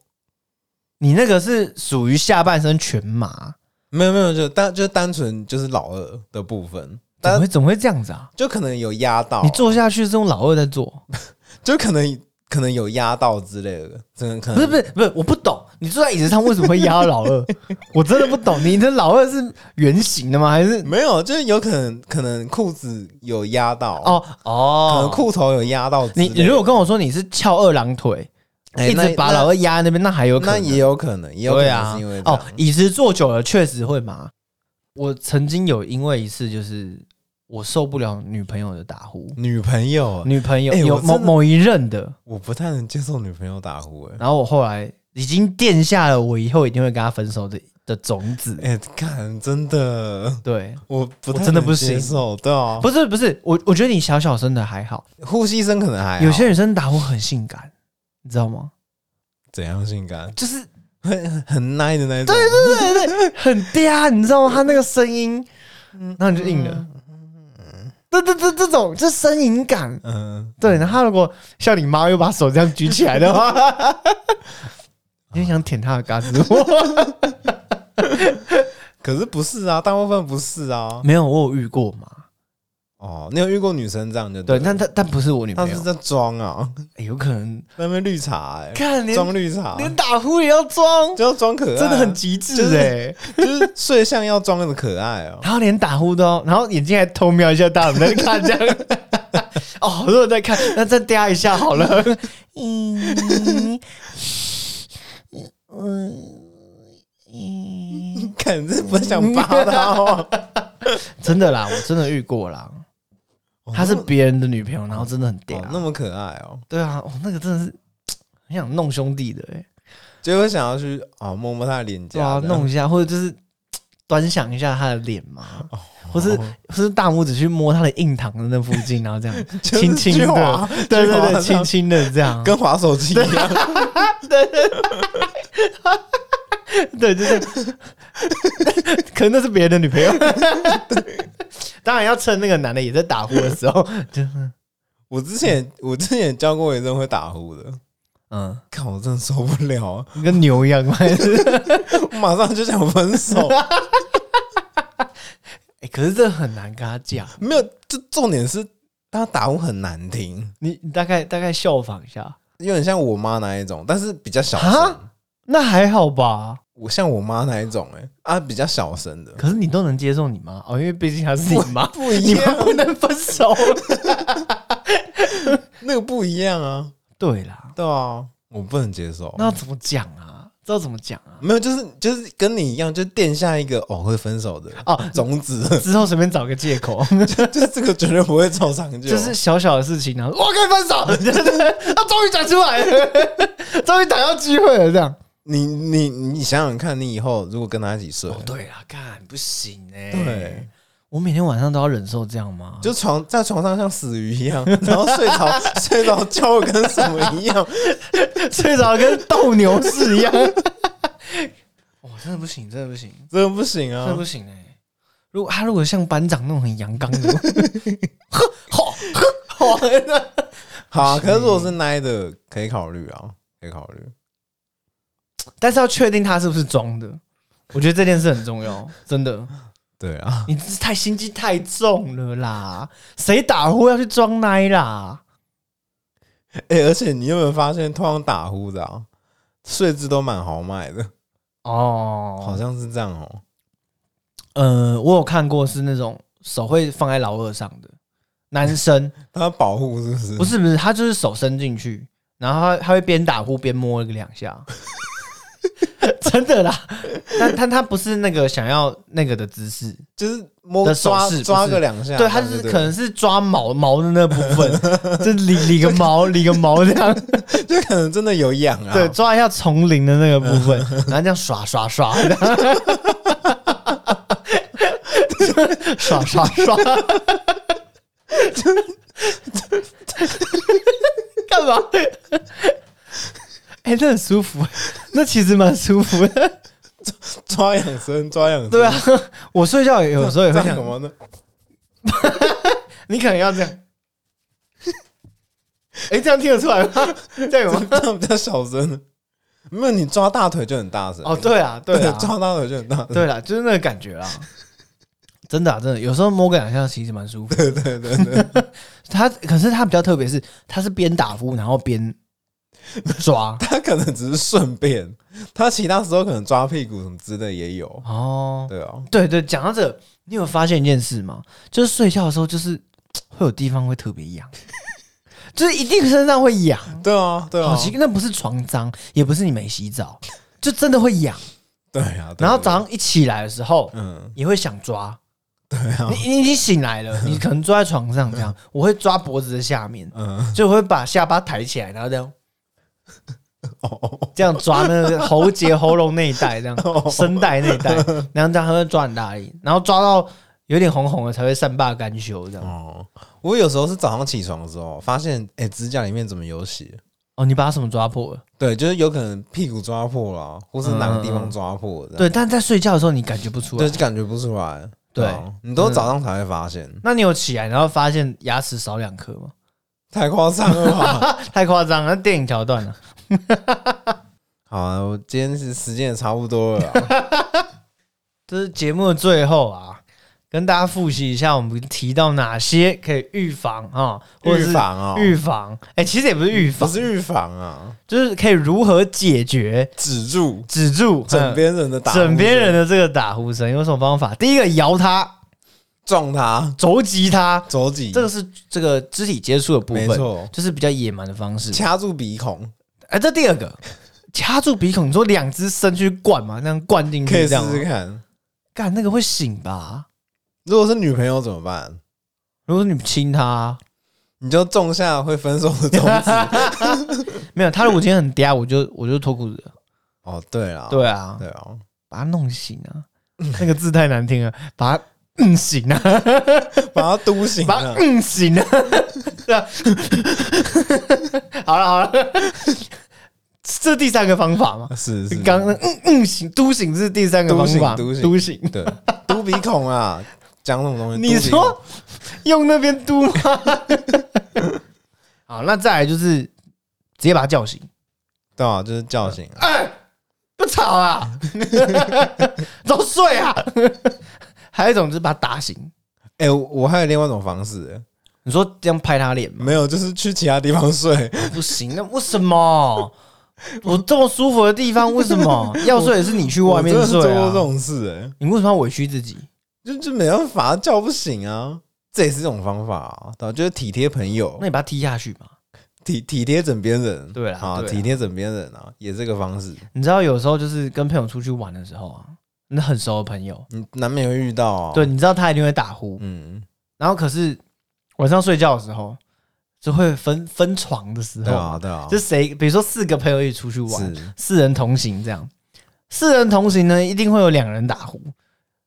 Speaker 2: 你那个是属于下半身全麻，
Speaker 1: 没有没有，就单就单纯就是老二的部分，
Speaker 2: 怎么
Speaker 1: 但哦
Speaker 2: 会怎么会这样子啊？
Speaker 1: 就可能有压到，
Speaker 2: 你坐下去是用老二在做，
Speaker 1: 嗯就可能可能有压到之类的，真的可
Speaker 2: 不
Speaker 1: 能
Speaker 2: 是不是不是，我不懂，你坐在椅子上为什么会压到老
Speaker 1: <laughs>
Speaker 2: 二？我真的不懂，你的老二是圆形的吗？还是
Speaker 1: 没有，就是有可能可能裤子有压到，
Speaker 2: 哦
Speaker 1: 可能
Speaker 2: 哦？
Speaker 1: 裤头有压到之类
Speaker 2: 你
Speaker 1: 的，
Speaker 2: 你如果跟我说你是翘二郎腿，
Speaker 1: 哎
Speaker 2: 一直
Speaker 1: 那
Speaker 2: 把老二压在那边，那还有可
Speaker 1: 那
Speaker 2: 能。
Speaker 1: 也有可能，也有可
Speaker 2: 对
Speaker 1: 能
Speaker 2: 啊
Speaker 1: 是因为这样
Speaker 2: 哦，椅子坐久了确实会麻。我曾经有因为一次，就是我受不了女朋友的打呼，
Speaker 1: 女朋友啊，
Speaker 2: 女朋友
Speaker 1: 哎
Speaker 2: 有
Speaker 1: 我真
Speaker 2: 某
Speaker 1: 的
Speaker 2: 某一任的，
Speaker 1: 我不太能接受女朋友打呼、欸，
Speaker 2: 然后我后来已经垫下了我以后一定会跟她分手的的种子。
Speaker 1: 哎、看真的，
Speaker 2: 对，
Speaker 1: 我不
Speaker 2: 嗯我
Speaker 1: 太
Speaker 2: 真的
Speaker 1: 能
Speaker 2: 不
Speaker 1: 接
Speaker 2: 行
Speaker 1: 受，对啊，
Speaker 2: 不是不是，我我觉得你小小声的还好，
Speaker 1: 呼吸声可能还好
Speaker 2: 有些女生打呼很性感，你知道吗？
Speaker 1: 怎样性感，
Speaker 2: 就是
Speaker 1: 很很耐的那种，对对
Speaker 2: <laughs> 很嗲，你知道吗？她那个声音，然后你就硬了。这这这这种这呻吟感，
Speaker 1: 嗯，
Speaker 2: 对，然后他如果像你妈又把手这样举起来的话， <laughs> 你就想舔她的嘎子窝。
Speaker 1: 可是不是啊，大部分不是
Speaker 2: <laughs>
Speaker 1: 啊，
Speaker 2: 没有，我有遇过嘛？
Speaker 1: 哦，你有遇过女生这样就
Speaker 2: 对，
Speaker 1: 了
Speaker 2: 但但但不是我女
Speaker 1: 她
Speaker 2: 朋
Speaker 1: 是
Speaker 2: 友，
Speaker 1: 在装啊，
Speaker 2: 欸有可能
Speaker 1: 在那边绿茶、欸，
Speaker 2: 看连
Speaker 1: 装绿茶，
Speaker 2: 连打呼也要装，
Speaker 1: 就要装可爱啊，
Speaker 2: 真的
Speaker 1: <laughs>
Speaker 2: 很极致
Speaker 1: 就是
Speaker 2: 哎、
Speaker 1: 就是睡相要装的可爱哦、
Speaker 2: 然后连打呼都要，然后眼睛还偷瞄一下大家有没有在看这 <laughs> 样。哦，好多人在看，那再嗲一下好 <laughs> 了。嗯，
Speaker 1: <laughs> 看，这不想扒他哦。
Speaker 2: 真的啦，我真的遇过啦。她是别人的女朋友，然后真的很嗲
Speaker 1: 哦，那么可爱哦、
Speaker 2: 对啊，哦，那个真的是很想弄兄弟的哎、欸，
Speaker 1: 结果想要去啊摸摸他的脸
Speaker 2: 对
Speaker 1: 颊
Speaker 2: 啊，
Speaker 1: 这样，
Speaker 2: 弄一下或者就是端详一下他的脸嘛，
Speaker 1: 哦
Speaker 2: 或是或是大拇指去摸他的印堂的那附近，然后这样
Speaker 1: <laughs> 就是
Speaker 2: 轻轻
Speaker 1: 去滑
Speaker 2: 的，对
Speaker 1: 去滑
Speaker 2: 对
Speaker 1: 这样
Speaker 2: 对，轻轻的这样，
Speaker 1: 跟滑手机一样，
Speaker 2: <laughs> 对就是， <laughs> 可能那是别人的女朋友， <laughs> 当然要趁那个男的也在打呼的时候， <laughs> 就
Speaker 1: 我之前我之前教过一阵会打呼的，
Speaker 2: 嗯，
Speaker 1: 看我真的受不了啊，
Speaker 2: 跟牛一样嘛。 <laughs> 还是
Speaker 1: 我马上就想分 <laughs> 手。
Speaker 2: 欸可是这很难跟他讲，
Speaker 1: 没有，这重点是他打呼很难听，
Speaker 2: 你你大概大概效仿一下，
Speaker 1: 有点像我妈那一种，但是比较小声
Speaker 2: 啊。那还好吧。
Speaker 1: 我像我妈那一种、欸，哎啊，比较小声的，
Speaker 2: 可是你都能接受你妈哦，因为毕竟她是你妈，
Speaker 1: 不 <laughs> 一
Speaker 2: 你妈
Speaker 1: 样啊
Speaker 2: 不能分手。
Speaker 1: 那个不一样啊，
Speaker 2: 对啦，
Speaker 1: 对啊，我不能接受。
Speaker 2: 那要怎么讲啊？知道怎么讲啊？
Speaker 1: 没有，就是就是跟你一样，就垫下一个哦会分手的
Speaker 2: 哦
Speaker 1: 种子，
Speaker 2: <laughs> 之后随便找个借 <laughs> 口，
Speaker 1: 就是这个绝对不会走长久。
Speaker 2: 就是小小的事情，然后我可以分 <laughs> 手，他终于讲出来了， <laughs> 终于打到机会了，这样。
Speaker 1: 你你你想想看，你以后如果跟他一起睡，
Speaker 2: 哦，对啦，干不行哎、
Speaker 1: 对，
Speaker 2: 我每天晚上都要忍受这样吗？ <laughs>
Speaker 1: 就床在床上像死鱼一样， <laughs> 然后睡着睡着觉跟什么一样， <laughs>
Speaker 2: 睡着跟斗牛士一样。 <laughs> 哇，真的不行，真的不行，
Speaker 1: 真的不行
Speaker 2: 真的
Speaker 1: 啊
Speaker 2: 不！行哎、如果他如果像班长那种很阳刚的， <laughs> 呵吼呵吼，
Speaker 1: 好啊，可是如果是奶的，可以考虑啊，可以考虑。
Speaker 2: 但是要确定他是不是装的，我觉得这件事很重要，真的。
Speaker 1: 对啊， <laughs>
Speaker 2: 你这是太心机太重了啦！谁打呼要去装奶啦？
Speaker 1: 哎、而且你有没有发现，通常打呼的啊，睡姿都蛮好买的，
Speaker 2: 哦，
Speaker 1: 好像是这样哦。
Speaker 2: 呃，我有看过是那种手会放在老二上的男生，
Speaker 1: 它保护是不是？
Speaker 2: 不是不是，他就是手伸进去，然后他他会边打呼边摸个两 <laughs> 下，真的啦。但但他不是那个想要那个的姿势，
Speaker 1: 就是摸
Speaker 2: 的手
Speaker 1: 抓
Speaker 2: 势不
Speaker 1: 抓
Speaker 2: 是
Speaker 1: 个两下，
Speaker 2: 对，他就是
Speaker 1: 这
Speaker 2: 可
Speaker 1: 样
Speaker 2: 能是抓毛毛的那部 <laughs> 分，就理理个毛理个毛这样，
Speaker 1: 就可能真的有痒啊。
Speaker 2: 对，抓一下丛林的那个部 <laughs> 分，然后这样刷刷 <laughs> 刷，刷刷刷，干嘛？哎、那很舒服，那其实蛮舒服的。
Speaker 1: 抓痒声，抓痒声。
Speaker 2: 对啊，我睡觉也有时候也
Speaker 1: 这
Speaker 2: 会
Speaker 1: 样
Speaker 2: 想
Speaker 1: 什，么呢？
Speaker 2: <laughs> 你可能要这 <laughs> 样。哎、这样听得出来吗？这样有
Speaker 1: <laughs>
Speaker 2: 吗？
Speaker 1: 这样比较小声。没有，你抓大腿就很大声。
Speaker 2: 哦，对啊，对啊，
Speaker 1: 抓大腿就很大声。
Speaker 2: 对啦，就是那个感觉啦。真的、啊，真的，有时候摸个两下其实蛮舒服。对对对对， <laughs> 他可是他比较特别，是他是边打呼然后边
Speaker 1: <laughs>
Speaker 2: 抓
Speaker 1: 他可能只是顺便，他其他时候可能抓屁股什么之类也有。
Speaker 2: 哦。
Speaker 1: 对啊，
Speaker 2: 对对，讲到这个你有发现一件事吗？就是睡觉的时候，就是会有地方会特别
Speaker 1: <laughs>
Speaker 2: 痒，就是一定身上会痒。
Speaker 1: 对啊，对啊
Speaker 2: 好，奇，那不是床脏，也不是你没洗澡，就真的会痒。
Speaker 1: 对啊。对
Speaker 2: 然后
Speaker 1: 对
Speaker 2: 早上一起来的时候，
Speaker 1: 嗯，
Speaker 2: 也会想抓。
Speaker 1: 对啊，
Speaker 2: 你你已经醒来
Speaker 1: <laughs>
Speaker 2: 了，你可能坐在床上这样，我会抓脖子的下面，
Speaker 1: 嗯，
Speaker 2: 就我会把下巴抬起来，然后这样
Speaker 1: 哦，
Speaker 2: 这样抓那个喉结、喉咙那一带，
Speaker 1: <laughs>
Speaker 2: 这样声带那一带，然后这样它会抓很大力，然后抓到有点红红的才会善罢甘休这样。
Speaker 1: 哦，我有时候是早上起床的时候，发现哎、指甲里面怎么有血？
Speaker 2: 哦，你把它什么抓破了？
Speaker 1: 对，就是有可能屁股抓破了啊，或是哪个地
Speaker 2: 嗯
Speaker 1: 方抓破的。
Speaker 2: 对，但在睡觉的时候你感觉不出
Speaker 1: 啊对，
Speaker 2: 来。
Speaker 1: 就感觉不出来。
Speaker 2: 对
Speaker 1: 啊你都早上才会发现，
Speaker 2: 那你有起来然后发现牙齿少两颗吗？
Speaker 1: 太夸张了吧？
Speaker 2: <laughs> 太夸张了，那电影桥段了。
Speaker 1: 好啊，我今天是时间也差不多
Speaker 2: <laughs>
Speaker 1: 了啊。
Speaker 2: 这是节目的最后啊，跟大家复习一下，我们提到哪些可以预防啊，或者
Speaker 1: 预
Speaker 2: 是
Speaker 1: 防啊，
Speaker 2: 预防，哎、其实也不是预
Speaker 1: 不
Speaker 2: 防，
Speaker 1: 是预防啊，
Speaker 2: 就是可以如何解决
Speaker 1: 止住
Speaker 2: 止住
Speaker 1: <laughs> 枕边人的
Speaker 2: 嗯
Speaker 1: 打呼声，
Speaker 2: 枕边人的这个打呼声，有什么方法？第一个摇他，
Speaker 1: 撞他
Speaker 2: 肘击他，
Speaker 1: 肘击，
Speaker 2: 这个是这个肢体接触的部
Speaker 1: 嗯没
Speaker 2: 分，
Speaker 1: 错，
Speaker 2: 就是比较野蛮的方式。
Speaker 1: 掐住鼻孔
Speaker 2: 哎、这第二个。掐住鼻孔，你说两只伸去灌嘛，那样灌进去
Speaker 1: 可以
Speaker 2: 这
Speaker 1: 试
Speaker 2: 样吗，
Speaker 1: 试看。
Speaker 2: 干那个会醒吧？
Speaker 1: 如果是女朋友怎么办？
Speaker 2: 如果你亲他，
Speaker 1: 你就种下会分手的种
Speaker 2: <laughs>
Speaker 1: 子。
Speaker 2: 没有他，如果今天很嗲，我就我就脱裤子了。
Speaker 1: 哦，对啦，
Speaker 2: <laughs> 对啊，
Speaker 1: 对啊，
Speaker 2: 把他弄醒啊，那个字太难听了，把他弄醒 <laughs> 啊。
Speaker 1: 把他嘟醒啊
Speaker 2: 把它
Speaker 1: 了。
Speaker 2: 嗯醒 <laughs> 了，对啊， <laughs> 好了好了，这是第三个方法嘛？
Speaker 1: 是是，
Speaker 2: 刚刚那嗯嗯醒嘟醒是第三个方法，
Speaker 1: 嘟醒
Speaker 2: 嘟
Speaker 1: 嘟
Speaker 2: 醒。
Speaker 1: 对嘟鼻孔啊，讲什么东西？
Speaker 2: 你
Speaker 1: 嘟鼻孔
Speaker 2: 说用那边嘟吗？ <laughs> 好，那再来就是直接把他叫醒，
Speaker 1: 对啊，就是叫醒啊。
Speaker 2: 不吵啊， <laughs> 早睡啊。还有一种就是把他打醒，
Speaker 1: 哎，我我还有另外一种方式欸，
Speaker 2: 你说这样拍他脸吗？
Speaker 1: 没有，就是去其他地方睡。
Speaker 2: <laughs> 不行，那为什么？我这么舒服的地方，为什 <laughs> 么要睡也是你去外面
Speaker 1: 我真的
Speaker 2: 睡
Speaker 1: 做过
Speaker 2: 啊
Speaker 1: 这？种事哎、
Speaker 2: 你为什么要委屈自己？
Speaker 1: 就就没办法，叫不醒啊，这也是一种方法啊，对吧就是体贴朋友
Speaker 2: 那，你把他踢下去嘛。
Speaker 1: 体体贴枕边人，
Speaker 2: 对啦
Speaker 1: 啊，
Speaker 2: 对啦
Speaker 1: 体贴枕边人啊，也是个方式，
Speaker 2: 你知道有时候就是跟朋友出去玩的时候啊，那很熟的朋友，
Speaker 1: 你嗯难免会遇到啊，
Speaker 2: 对，，你知道他一定会打呼，
Speaker 1: 嗯，
Speaker 2: 然后可是晚上睡觉的时候就会分分床的时
Speaker 1: 对
Speaker 2: 候，
Speaker 1: 啊，对啊，
Speaker 2: 就谁比如说四个朋友一起出去玩，
Speaker 1: 是
Speaker 2: 四人同行这样，四人同行呢一定会有两人打呼。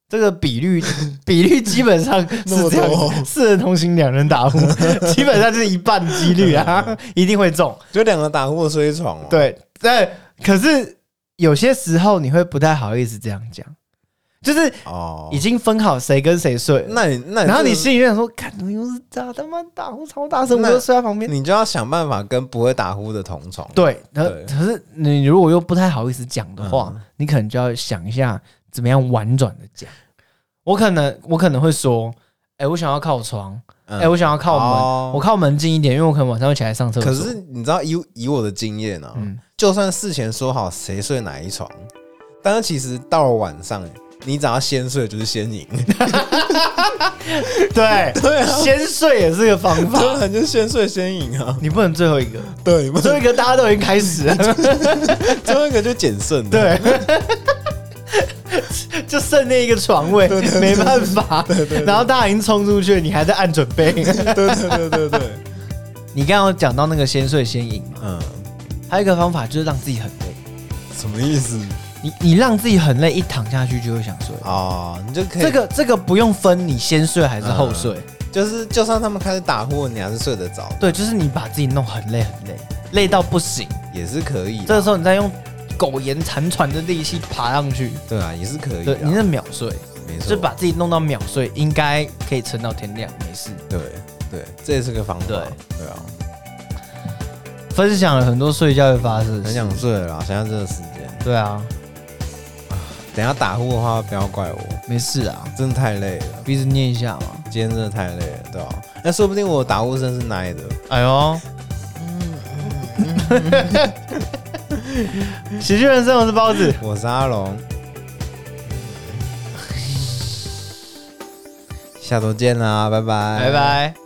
Speaker 2: 这个比率 <laughs> 比率基本上
Speaker 1: 那
Speaker 2: 是
Speaker 1: 么
Speaker 2: 这样
Speaker 1: 多，
Speaker 2: 四人同行，两人打
Speaker 1: <laughs>
Speaker 2: 呼，基本上就是一半几率啊，一定会中。
Speaker 1: 就两个打呼的睡床、哦，，
Speaker 2: 对，但可是有些时候你会不太好意思这样讲，就是
Speaker 1: 哦
Speaker 2: 已，经分好谁跟谁睡了，
Speaker 1: 那你那你
Speaker 2: 然后
Speaker 1: 这
Speaker 2: 你
Speaker 1: 个
Speaker 2: 心里面想说，看怎么又是他他妈打呼超大声，我
Speaker 1: 那
Speaker 2: 就睡在旁边。
Speaker 1: 你就要想办法跟不会打呼的同床。
Speaker 2: 对，然后
Speaker 1: 对嗯
Speaker 2: 可是你如果又不太好意思讲的话，你可能就要想一下怎么样婉转的讲。我可能我可能会说，哎、我想要靠床，哎、
Speaker 1: 嗯
Speaker 2: 我想要靠门，
Speaker 1: 哦
Speaker 2: 我靠门近一点，因为我可能晚上会起来上厕所。
Speaker 1: 可是你知道以以我的经验啊，
Speaker 2: 嗯
Speaker 1: 就算事前说好谁睡哪一床，但是其实到了晚上，你只要先睡就是先赢，
Speaker 2: 对
Speaker 1: <laughs> 对啊
Speaker 2: 先睡也是个方法，
Speaker 1: <laughs> 当然就先睡先赢啊。
Speaker 2: 你不能最后一个，
Speaker 1: 对，不
Speaker 2: 最后一个大家都已经开始了，
Speaker 1: <laughs> 最后一个就捡剩的。
Speaker 2: 对， <laughs> 就剩那一个床位，没办法。然后大家已经冲出去，你还在按准
Speaker 1: <laughs>
Speaker 2: 备。
Speaker 1: 对对对对对，
Speaker 2: 你刚刚有讲到那个先睡先赢嘛，
Speaker 1: <laughs> 嗯，
Speaker 2: 还有一个方法就是让自己很累。
Speaker 1: 什么意思
Speaker 2: 你你让自己很累，一躺下去就会想睡。
Speaker 1: 啊？你就可以
Speaker 2: 这个这个不用分你先睡还是后睡，
Speaker 1: 就是，就算他们开始打呼，你还是睡得着，
Speaker 2: 对，就是你把自己弄很累很累，累到不行。
Speaker 1: 也是可以。啊
Speaker 2: 这个时候你再用苟延残喘的力气爬上去，
Speaker 1: 对啊，也是可以的。
Speaker 2: 对，你是秒睡，
Speaker 1: 没错，
Speaker 2: 就把自己弄到秒睡，应该可以撑到天亮，没事。
Speaker 1: 对对，这也是个方法。
Speaker 2: 对
Speaker 1: 对啊，
Speaker 2: 分享了很多睡觉会发生的
Speaker 1: 很
Speaker 2: 事，
Speaker 1: 想睡了啦，现在这个时间，
Speaker 2: 对啊，
Speaker 1: 等一下打呼的话不要怪我，
Speaker 2: 没事啊，
Speaker 1: 真的太累了，
Speaker 2: 鼻子捏一下嘛。
Speaker 1: 今天真的太累了，对吧、那说不定我打呼声是奶的，
Speaker 2: 哎呦，嗯喜剧人生，我是包子。
Speaker 1: 我是阿
Speaker 2: <laughs>
Speaker 1: 龙，下周见啦，拜拜，
Speaker 2: 拜。拜。